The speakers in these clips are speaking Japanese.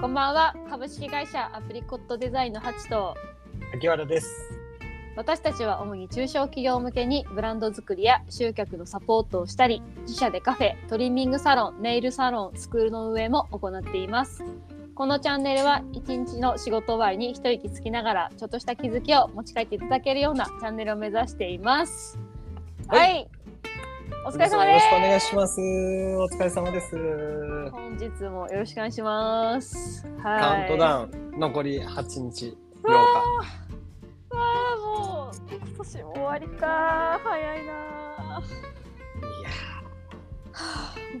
こんばんは株式会社アプリコットデザインのハチと秋原です。私たちは主に中小企業向けにブランド作りや集客のサポートをしたり自社でカフェトリミングサロンネイルサロンスクールの運営も行っていますこのチャンネルは一日の仕事終わりに一息つきながらちょっとした気づきを持ち帰っていただけるようなチャンネルを目指していますは、はいお疲れ様よでろしすくお願いします。お疲れ様です。本日もよろしくお願いしますはいカウントンダウン残り8日8うわあもう今年も終わりか早いな日。いや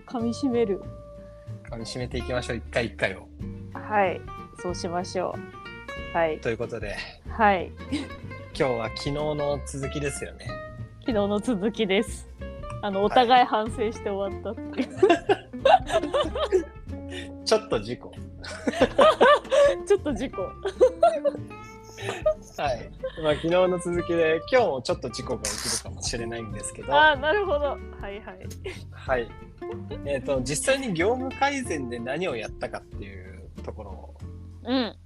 噛み締めるー、噛み締めていきましょう。一回一回を。はいそうしましょうはいということで、はい今日は昨日の続きですよね。昨日の続きですあのおは互い反省して終わったっていう、ちょっと事故。 ちょっと事故はい。まあ昨日の続きで、今日もちょっと事故が起きるかもしれないんですけど、ああなるほどはいはいはい。えっ、と、実際に業務改善で何をやったかっていうところを、うん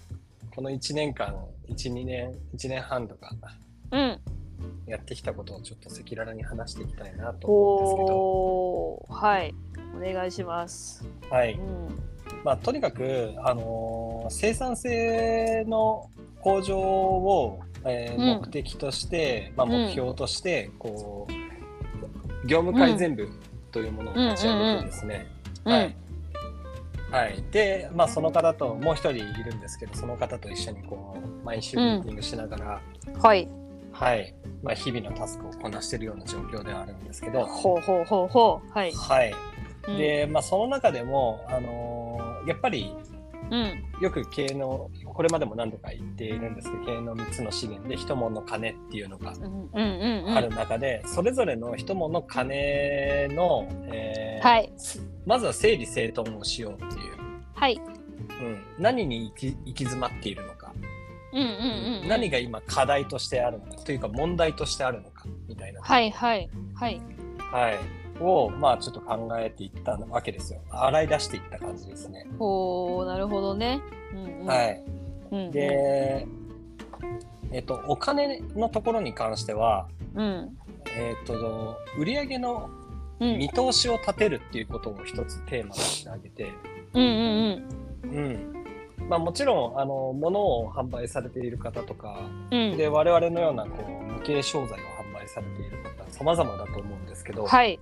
この1年間、1、2年、1年半とか、うんやってきたことをちょっと赤裸々に話していきたいなと思うんですけど、おーはいお願いしますはういんまあ、とにかく、あのー生産性の向上を、えーうん目的として、まあ、うん目標として、こう業務改善部というものを立ち上げてですね、うん、はいはい、で、まあ、その方ともう一人いるんですけどその方と一緒にこう毎週ミーティングしながら、はいはいまあ、日々のタスクをこなしているような状況ではあるんですけど、ほうほうほうほうはい、はい、うん、で、まあ、その中でも、あのーやっぱりうんよく経営のこれまでも何度か言っているんですけど経営の3つの資源で一門の金っていうのがうんうんうんうんある中で、それぞれの一門の金の、えーはいまずは整理整頓をしようっていう、はいうん、何に行き行き詰まっているのか、うんうんうんうん何が今課題としてあるのかというか問題としてあるのかみたいな、はいはいはいはいを、まあ、ちょっと考えていったわけですよ洗い出していった感じですね。ほうなるほどね、うんうん、はいうんうんで、えっと、お金のところに関しては、うんえっと、売上のうん見通しを立てるっていうことを一つテーマにしてあげて、うんうんうんまあ、もちろんあの物を販売されている方とかうんうんで我々のようなこう無形商材を販売されている方様々だと思うんですけど、はい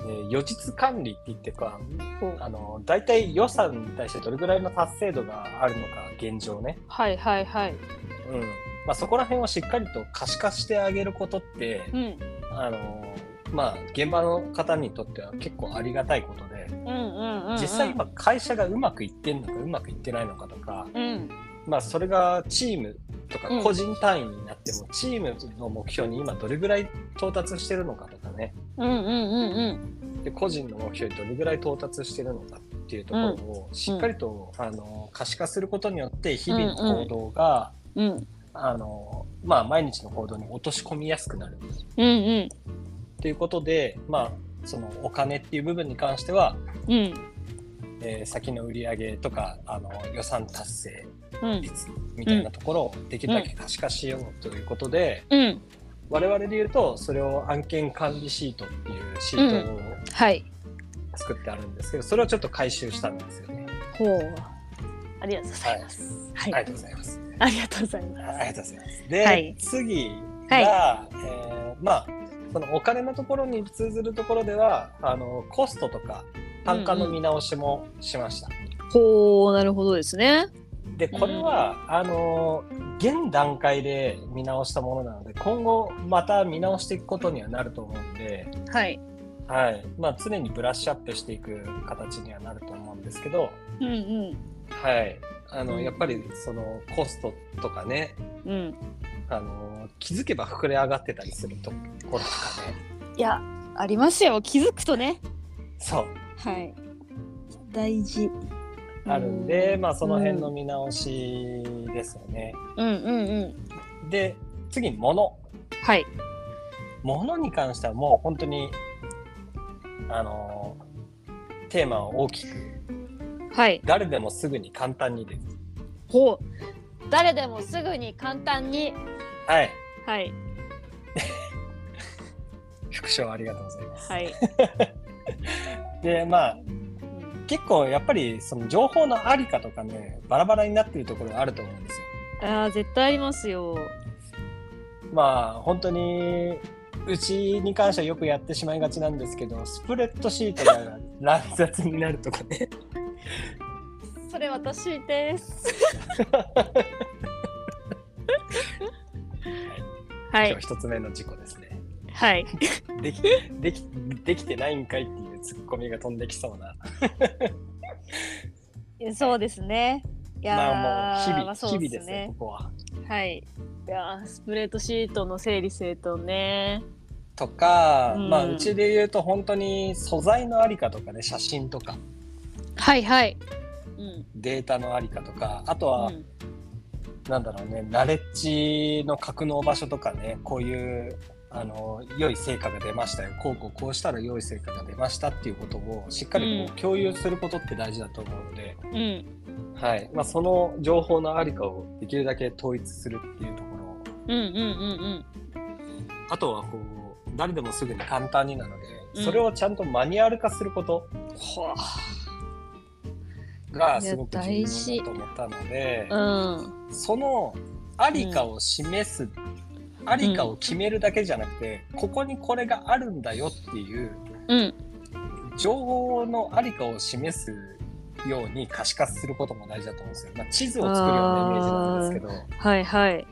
えー予実管理って言ってかほうあの大体予算に対してどれぐらいの達成度があるのか現状ね。はいはいはいうんまあ、そこら辺をしっかりと可視化してあげることって、うんあのまあ、現場の方にとっては結構ありがたいことで、うんうんうんうん実際今会社がうまくいってんのかうまくいってないのかとか、うんまあ、それがチームとかうん個人単位になっても、チームの目標に今どれぐらい到達してるのかとかねうんうんうんうんで個人の目標にどれぐらい到達してるのかっていうところをしっかりと、あの可視化することによって日々の行動が、うんあのまあ、毎日の行動に落とし込みやすくなる。うんうんということで、まあ、そのお金っていう部分に関しては、うんえー先の売り上げとかあの予算達成うん率みたいなところをできるだけ可視化しようということで、うん我々で言うとそれを案件管理シートっていうシートをはい作ってあるんですけど、それをちょっと回収したんですよね。ほうありがとうございますはあい、りがとうございます。ありがとうございまありがとうございます。で、はい次が、はいえーまあそのお金のところに通ずるところではあのコストとか単価の見直しもしました。すほうなるほどですねでこれは、あの現段階で見直したものなので今後また見直していくことにはなると思うんで、はいはいまあ、常にブラッシュアップしていく形にはなると思うんですけど、うんはい、あうのんやっぱりそのコストとかねうんうんあの気づけば膨れ上がってたりするところとかねいやありますよ気づくとねそうはい大事あるんで、まあ、その辺の見直しですよね。うんうんうんで次に物はい物に関してはもう本当にあのーテーマを大きくはい。誰でもすぐに簡単にです。ほう。誰でもすぐに簡単に。はい。はい。副賞ありがとうございます。 はい。で、まあ、うん結構やっぱりその情報のありかとかね、バラバラになってるところがあると思うんですよ。ああ、絶対ありますよ。まあ、本当に、うちに関してはよくやってしまいがちなんですけど、スプレッドシートが乱雑になるとか ね。それ私 です。はい今日。一つ目の事故ですね。はい。でき、でき、できてないんかいっていうツッコミが飛んできそうな。そうですね。いやー、まあもう日々、まあ日そう々ですね、ここは。はい。いやースプレッドシートの整理整頓ね。とか、うんまあうちで言うと本当に素材のありかとかね写真とかはいはい。うん。データのありかとかあとは、うんなんだろうねナレッジの格納場所とかねこういうあの良い成果が出ましたよこうこうこうしたら良い成果が出ましたっていうことをしっかりこうんう共有することって大事だと思うので、うん。はいまあ、その情報のありかをできるだけ統一するっていうところうんうんうんあとはこう誰でもすぐに簡単になのでうんそれをちゃんとマニュアル化すること。うん。はがすごく重要だと思ったので、あ。うん。そのありかを示す、ありかを決めるだけじゃなくて、ここにこれがあるんだよっていううん。情報のありかを示すように可視化することも大事だと思うんですよ。まあ、地図を作るようなイメージなんですけど、はいはい。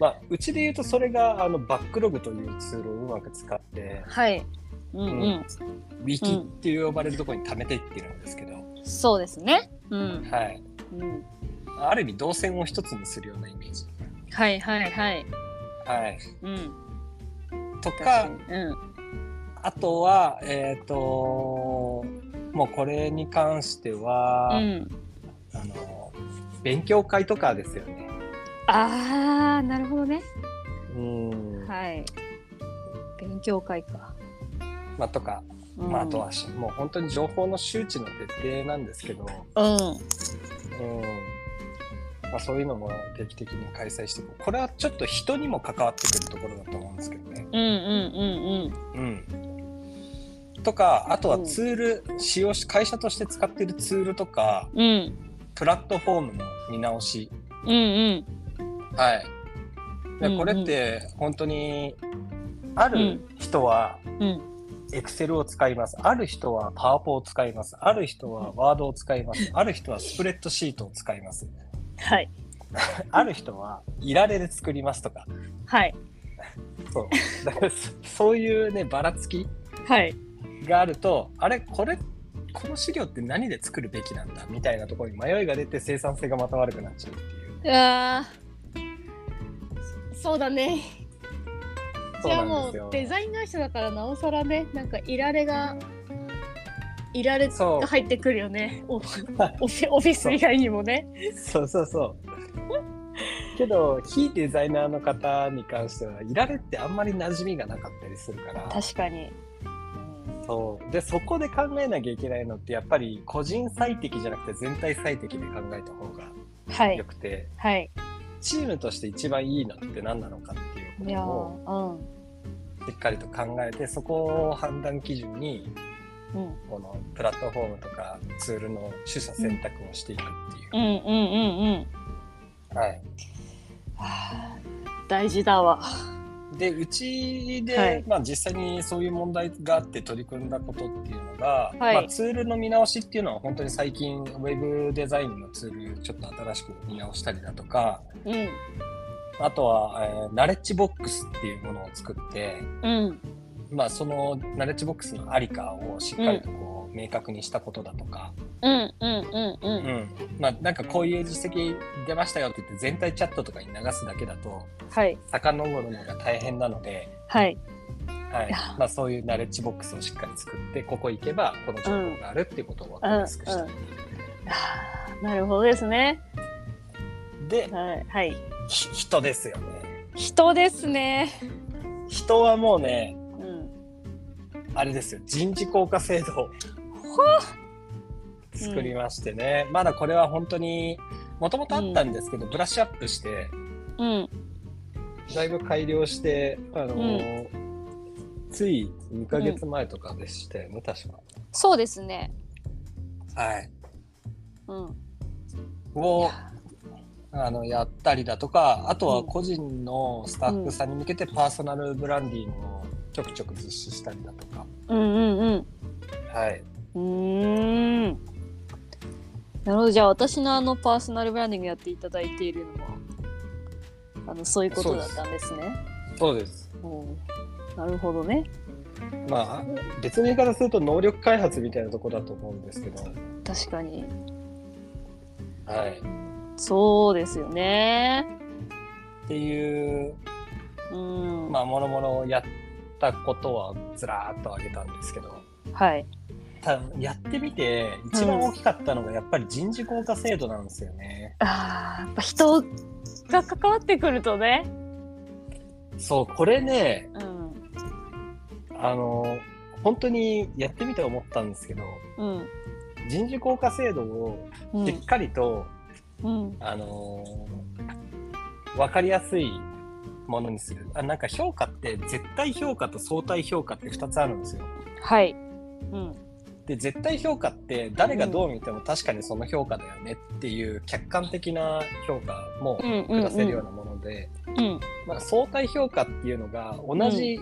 まあ、うちで言うとそれがあのバックログというツールをうまく使って、はい。うんうん。ウィキっていう呼ばれるところに貯めていってるんですけど、そうですね。うん。はい、うん。ある意味動線を一つにするようなイメージ。はいはいはい。はい、うん。とか確かに。うん。あとは、えっ、と、もうこれに関しては、うん。あの、勉強会とかですよね。ああ、なるほどね。うん。はい。勉強会か。まあ、とか、うんまあ、あとはし、もう本当に情報の周知の徹底なんですけど、うん。うん。まあ、そういうのも定期的に開催していこうこれはちょっと人にも関わってくるところだと思うんですけどね。うんうんうん。とか、あとはツール、使用し、会社として使っているツールとか、うんうん。うん。プラットフォームの見直しうんうん。はい。うんうでんこれって本当にあうる人はうん。 Excel を使います。ある人は PowerPoint を使います。ある人は Word を使います。ある人はスプレッドシートを使います。はい。ある人はいられで作りますとか。はい。そう。だからそ そういうね、ばらつきはい。があると、あれ、これ、この資料って何で作るべきなんだみたいなところに迷いが出て生産性がまた悪くなっちゃうっていう。ああ。そうだね。そじうゃあなんもですよう。デザイン会社だからなおさらね、なんかいられが。いられそうが入ってくるよ ね。おオフィオフィス以外にもね。そうそうそう。けど、非デザイナーの方に関しては、いられってあんまり馴染みがなかったりするから、確かに。そう。で、そこで考えなきゃいけないのって、やっぱり個人最適じゃなくて全体最適で考えた方はが良い。くて、はい。チームとして一番いいのって何なのかっていうこいやとをー。しっかりと考えて、そこを判断基準に、うん。うん。このプラットフォームとかツールの取捨選択をしていくってう。いうんうんうんうん。はい。はあ大事だわ。でうちで、はいまあ、実際にそういう問題があって取り組んだことっていうのが、はいまあ、ツールの見直しっていうのは本当に最近ウェブデザインのツールちょっと新しく見直したりだとかうん。あとは、えーナレッジボックスっていうものを作って、うん。まあ、そのナレッジボックスのありかをしっかりとこう、明確にしたことだとか、うんうんうんう。うんんまあ、なんかこういう実績出ましたよって言って全体チャットとかに流すだけだとはい。遡るのが大変なので。はい。はいいやまあ、そういうナレッジボックスをしっかり作ってここ行けばこの情報があるっていうことを分かりやすくしたっていう、はあなるほどですね。ではい。はい。ひ人ですよね人ですね。人はもうねうん。あれですよ人事効果制度ほ作りましてね、まだこれは本当にもともとあったんですけど、ブラッシュアップしてうん。だいぶ改良して、あのーつい2ヶ月前とかでしたよね、確か。そうですね。はい、うん。をあのやったりだとかあとは個人のスタッフさんに向けてパーソナルブランディングをちょくちょく実施したりだとか、うんうんうん。はい、うーん。なるほど。じゃあ、私のあの、パーソナルブランディングやっていただいているのは、あの、そういうことだったんですね。そうです。おーなるほどね。まあ別の言い方すると能力開発みたいなとこだと思うんですけど、確かに。はい、そうですよね。っていう、うん。まあ、もろもろやったことはずらーっと挙げたんですけどはい。ただやってみて一番大きかったのがやっぱり人事効果制度なんですよね。ああ、やっぱ人が関わってくるとね。そうこれねうん。あの本当にやってみて思ったんですけどうん。人事効果制度をうしっん。かりと、うん。あの分かりやすいものにするあなんか評価って絶対評価と相対評価って2つあるんですよ。はい。うん。で絶対評価って誰がどう見ても確かにその評価だよねっていう客観的な評価もうん。うん。下せるうようなもので、ん。まあ、相対評価っていうのが同じ、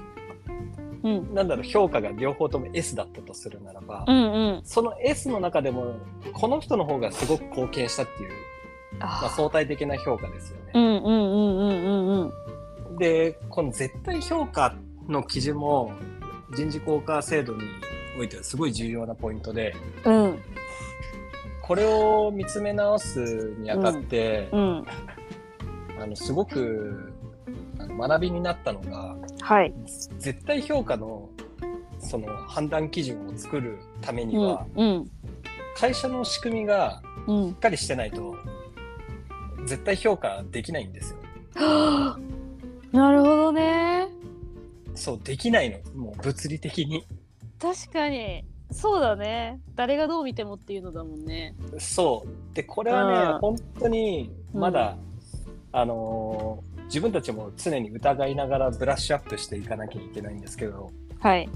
うん。なんだろう評価が両方とも S だったとするならば、うん。うん。その S の中でもこの人の方がすごく貢献したっていう、まあ、あ相対的な評価ですよーうね。ん。うん。うん。うん。うん。うん。でこの絶対評価の基準も人事効果制度においてはすごい重要なポイントでうん。これを見つめ直すにあたって、うん。あのすごくあの学びになったのがはい。絶対評価のその判断基準を作るためには、うん会社の仕組みがうんうんしっかりしてないと絶対評価できないんですよ。はあなるほどねそうできないのもう物理的に確かにそうだね誰がどう見てもっていうのだもんねそうでこれはうねん本当にまだ、あのー自分たちも常に疑いながらブラッシュアップしていかなきゃいけないんですけどはい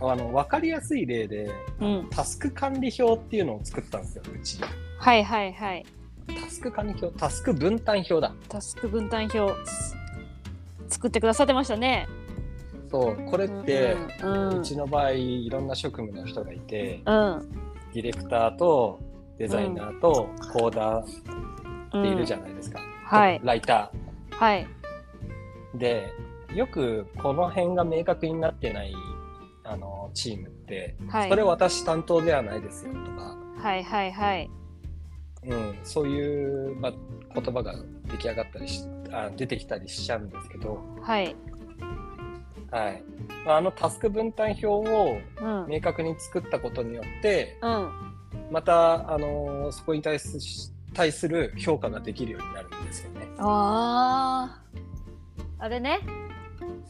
あの分かりやすい例でうんタスク管理表っていうのを作ったんですようちはいはいはいタスク管理表タスク分担表だタスク分担表つ作ってくださってましたねそうこれって、うんううんちの場合いろんな職務の人がいてうんディレクターとデザイナーとコーダーっているじゃないですか、はいライタはいーでよくこの辺が明確になってないあのチームって、はいそれ私担当ではないですよとか、はいはいはいうん、そういう、まあ、言葉が出来上がったりしあ出てきたりしちゃうんですけど、はいはい、まああのタスク分担表をうん明確に作ったことによってうんまた、あのーそこに対す対する評価ができるようになるんですよね。あーあれね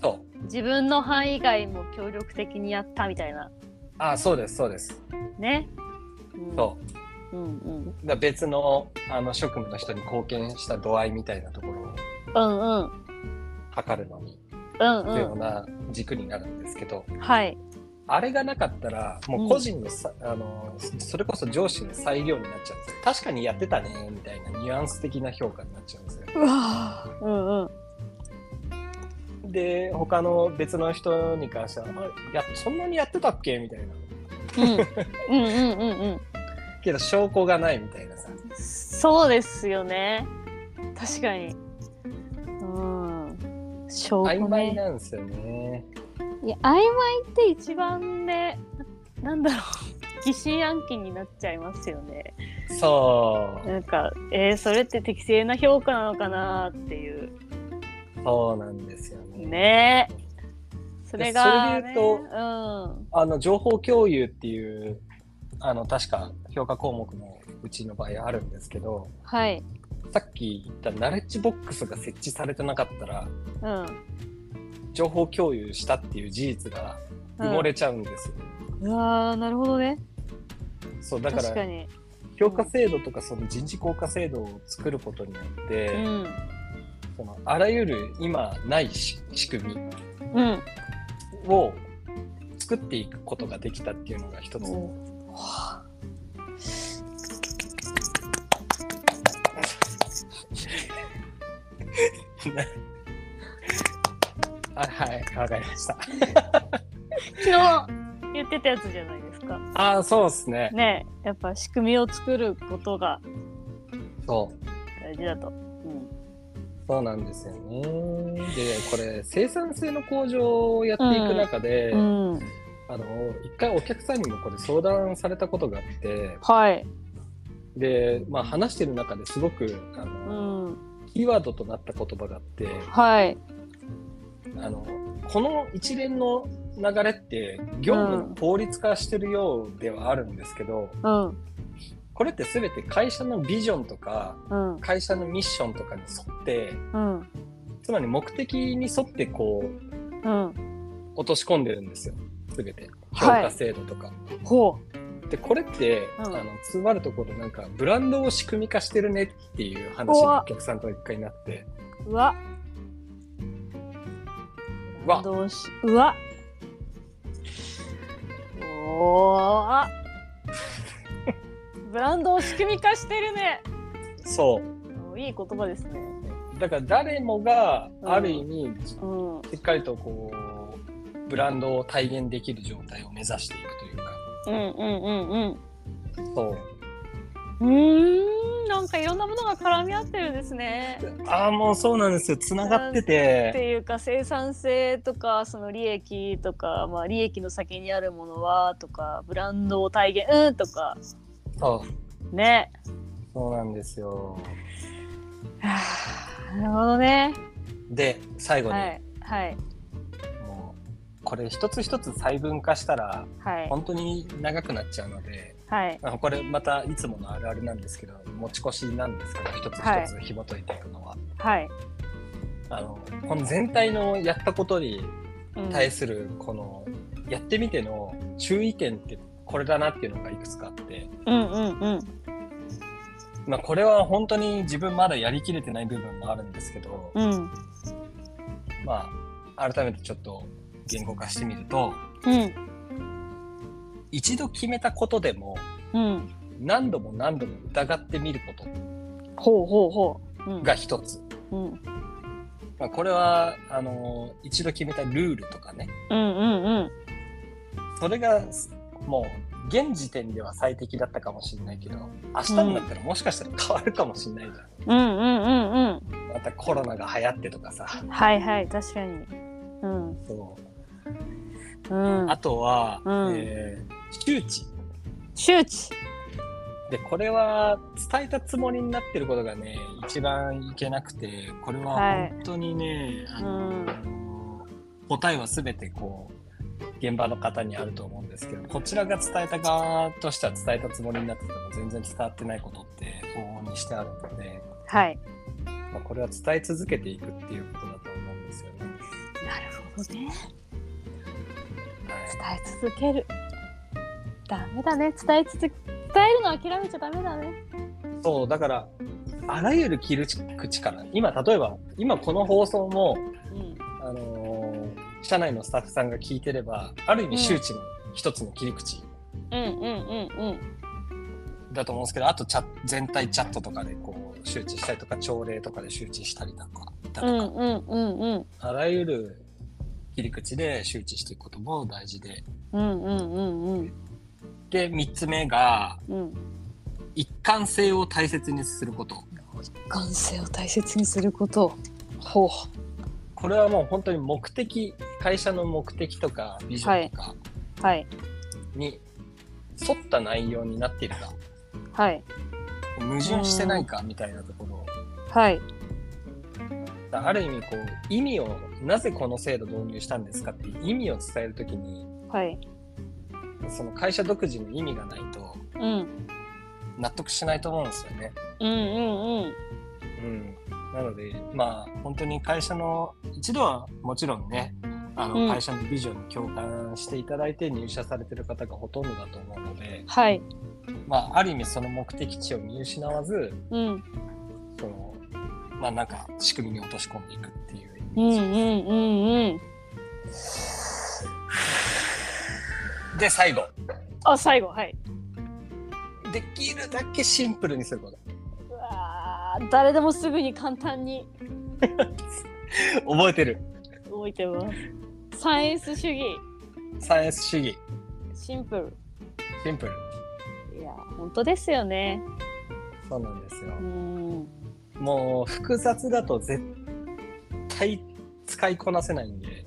そう自分の範囲以外も協力的にやったみたいなあそうですそうです。ね、そううんうんうだから別のあの職務の人に貢献した度合いみたいなところをうんうん測るのにうん必要うな軸になるんですけど、んはいあれがなかったらもう個人のさ、あのーそれこそ上司の裁量になっちゃうんですよ。確かにやってたねみたいなニュアンス的な評価になっちゃうんですよ。うわうんうんで他の別の人に関してはあいやそんなにやってたっけみたいなうんうんうんうんうんけど証拠がないみたいなさそうですよね確かにうん証曖拠昧ねなんですよねいや曖昧って一番ねななんだろう疑心暗鬼になっちゃいますよねそうなんかえー、それって適正な評価なのかなっていうそうなんですよねねそれが、ね、それで言うとうんあの情報共有っていうあの確か評価項目のうちの場合あるんですけどはいさっき言ったナレッジボックスが設置されてなかったらうん、情報共有したっていう事実がうん、埋もれちゃうんですよ、うわーなるほどねそうだか確からに評価制度とかその人事効果制度を作ることによって、うんそのあらゆる今ないし仕組みうんを作っていくことができたっていうのが一つ、あはいわかりました昨日言ってたやつじゃないですかああそうですねねえやっぱ仕組みを作ることがそう大事だと、うん、そうなんですよね。で、これ、生産性の向上をやっていく中で、うん、あの、一回お客さんにもこれ相談されたことがあって、はい、で、まあ話してる中ですごく、あうの、ん、キーワードとなった言葉があって、はい、あの、この一連の流れって、業務の効率化してるようではあるんですけど、うん、これって全て会社のビジョンとか、うん、会社のミッションとかに沿って、うん、つまり目的に沿ってこう、うん、落とし込んでるんですよ全て評はい価制度とか。ほでこれって、うんあのつまるところなんかブランドを仕組み化してるねっていう話うにわお客さんと一回なってう、うわ、うわどうし、うわ、おー あ、ブランドを仕組み化してるね。そおいい言葉ですね。うだから誰もがある意味、しうん、っかりとこうブランドを体現できる状態を目指していくというかうん、うん、うん、うん。そううーん、なんかいろんなものが絡み合ってるんですね。ああもうそうなんですよつながってってていうか生産性とかその利益とか、まあ、利益の先にあるものはとかブランドを体現うんとかそうねそうなんですよはあなるほどねで最後に、はいはいもうこれ一つ一つ細分化したらはい本当に長くなっちゃうのではいあのこれまたいつものあるあるなんですけど持ち越しなんですけど一つはい一つ紐解いていくのは、はい、あのこの全体のやったことにうん対するこのやってみての注意点ってこれだなっていうのがいくつかあって、うんうんうんまあ、これは本当に自分まだやりきれてない部分もあるんですけど、うんまあ改めてちょっと言語化してみるとうん一度決めたことでもうん何度も何度も疑ってみるこほうほうほううとんが一つ。うんまあ、これはあの一度決めたルールとかねうんうんうんそれがもう現時点では最適だったかもしれないけど明日になったらもしかしたら変わるかもしれないじゃうんうんうんうんん、またコロナが流行ってとかさはいはい確かにうんそううんあとは、うんえー周知周知でこれは伝えたつもりになってることがね一番いけなくてこれははい本当にね、あうのん答えは全てこう現場の方にあると思うんですけどこちらが伝えた側としては伝えたつもりになってても全然伝わってないことって往々にしてあるので、はいまあ、これは伝え続けていくっていうことだと思うんですよね。なるほどねはい、伝え続けるダメだね伝え続け伝えるの諦めちゃダメだねそうだからあらゆる切り口から今例えば今この放送も、うんあのー社内のスタッフさんが聞いてればある意味周知の一つの切り口うんうんうんうんだと思うんですけどあとチャ全体チャットとかでこう周知したりとか朝礼とかで周知したりとかだうとか、んうんうんうんあらゆる切り口で周知していくことも大事で。うんうんうんうんで、3つ目が、うん一貫性を大切にすること。感性を大切にすることほうこれはもう本当に目的、会社の目的とかビジョンとかはいに沿った内容になっているか、はい矛盾してないかみたいなところ。はいある意味こう、意味を、なぜこの制度導入したんですかっていう意味を伝えるときに、はいその会社独自の意味がないとうん納得しないと思うんですよね。うんうんうんうん、なのでまあ本当に会社の一度はもちろんねあうの、ん会社のビジョンに共感していただいて入社されてる方がほとんどだと思うのではいまあ、ある意味その目的地を見失わず、うんその、まあなんか仕組みに落とし込んでいくっていううイんメうージです。んうんうんで、最後。あ最後はいできるだけシンプルにすること。うわー誰でもすぐに簡単に覚えてる。動いてますサイエンス主義サイエンス主義。シンプルシンプル。いや本当ですよねそうなんですよう。んもう複雑だと絶対使いこなせないんで。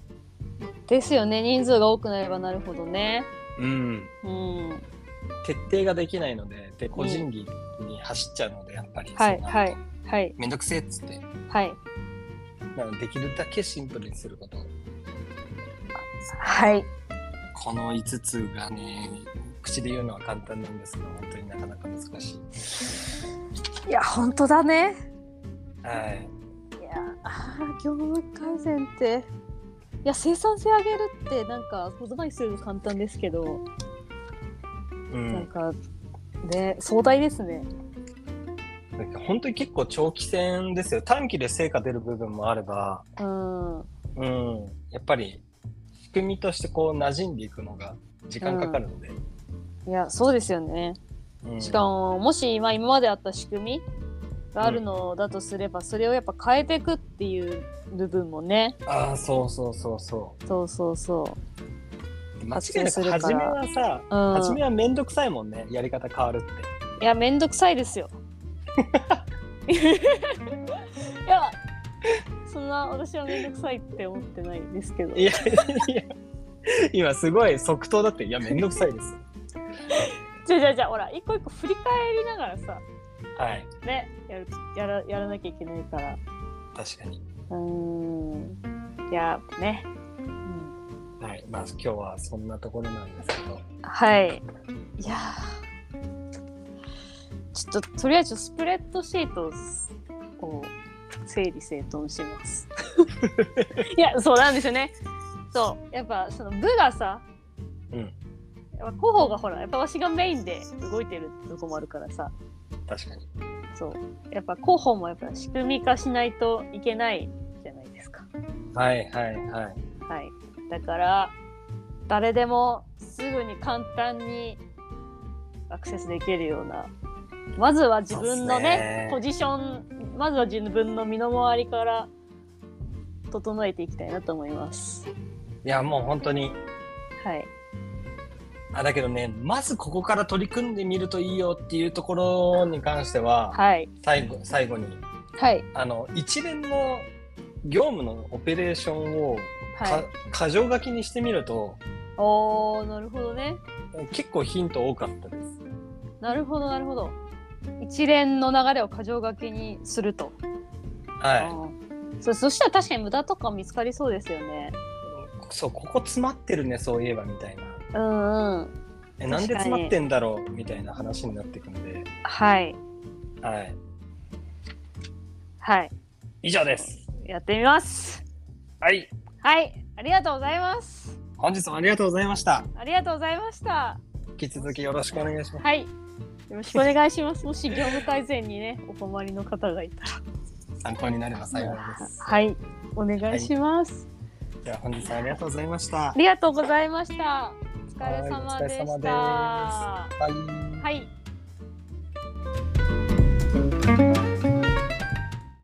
ですよね人数が多くなればなるほどねうん。うん徹底ができないので、で、個人技に走っちゃうので、やっぱり。はいそうなはるいとはいめんどくせえっつって。はいなので、できるだけシンプルにすること。はいこの5つがね、口で言うのは簡単なんですけど、本当になかなか難しい。いや本当だねはい。いやー業務改善っていや生産性上げるってなんか言葉にするの簡単ですけど、うなんん。かね壮大ですねだから本当に結構長期戦ですよ。短期で成果出る部分もあれば、うんうん。やっぱり、仕組みとしてこう馴染んでいくのが時間かかるので。いやそうですよねうんしかももし今今まであった仕組みがあるのだとすれば、それをやっぱ変えていくっていう部分もねああ、そうそうそうそ。そうそうそう間違いな発生すくるから初めはさ、う、うん、初めはめんどくさいもんね。やり方変わるっいて。や、めんどくさいです よ。いや、そんな私はめんどくさいって思ってないですけど。いやいや、今すごい即答だって、いや、めんどくさいです。じゃあじゃあじゃあ、ほら、一個一個振り返りながらさ、はい。ね、やるやらやらなきゃいけないから。う確かに。ーん。いや、ね。うん、はい。まあ、今日はそんなところなんですけど。はい。いやーちょっと、とりあえずスプレッドシートをすこう整理整頓し ます。いや、そうなんですよね。そう、やっぱその部がさ、うん。やっぱ広報がほらやっぱ私がメインで動いてるってとこもあるからさ確かに。そうやっぱ広報もやっぱ仕組み化しないといけないじゃないですかはいはいはい。はいだから誰でもすぐに簡単にアクセスできるようなまずは自分のねポそうっすねジションまずは自分の身の回りから整えていきたいなと思いますいや、もう本当に。はいあ、だけどね、まずここから取り組んでみるといいよっていうところに関しては、はい最後、最後に、はいあの、一連の業務のオペレーションを、かはい箇条書きにしてみると、おーなるほどね結構ヒント多かったです。なるほどなるほど一連の流れを箇条書きにすると、はうんそそしたら確かに無駄とか見つかりそうですよねい。そう、ここ詰まってるね、そういえば、みたいな。うんうんえ、なんで確かに詰まってんだろうみたいな話になっていくんで、はいはい。はい以上です。やってみますはい。はいありがとうございます本日もありがとうございました。ありがとうございました引き続きよろしくお願いします。はいよろしくお願いしますもし業務改善にねお困りの方がいた参考になれば幸いです。はいお願いします、では本日はありがとうございましたあ。りがとうございましたお疲れはいお様疲れでし様ですたはいはい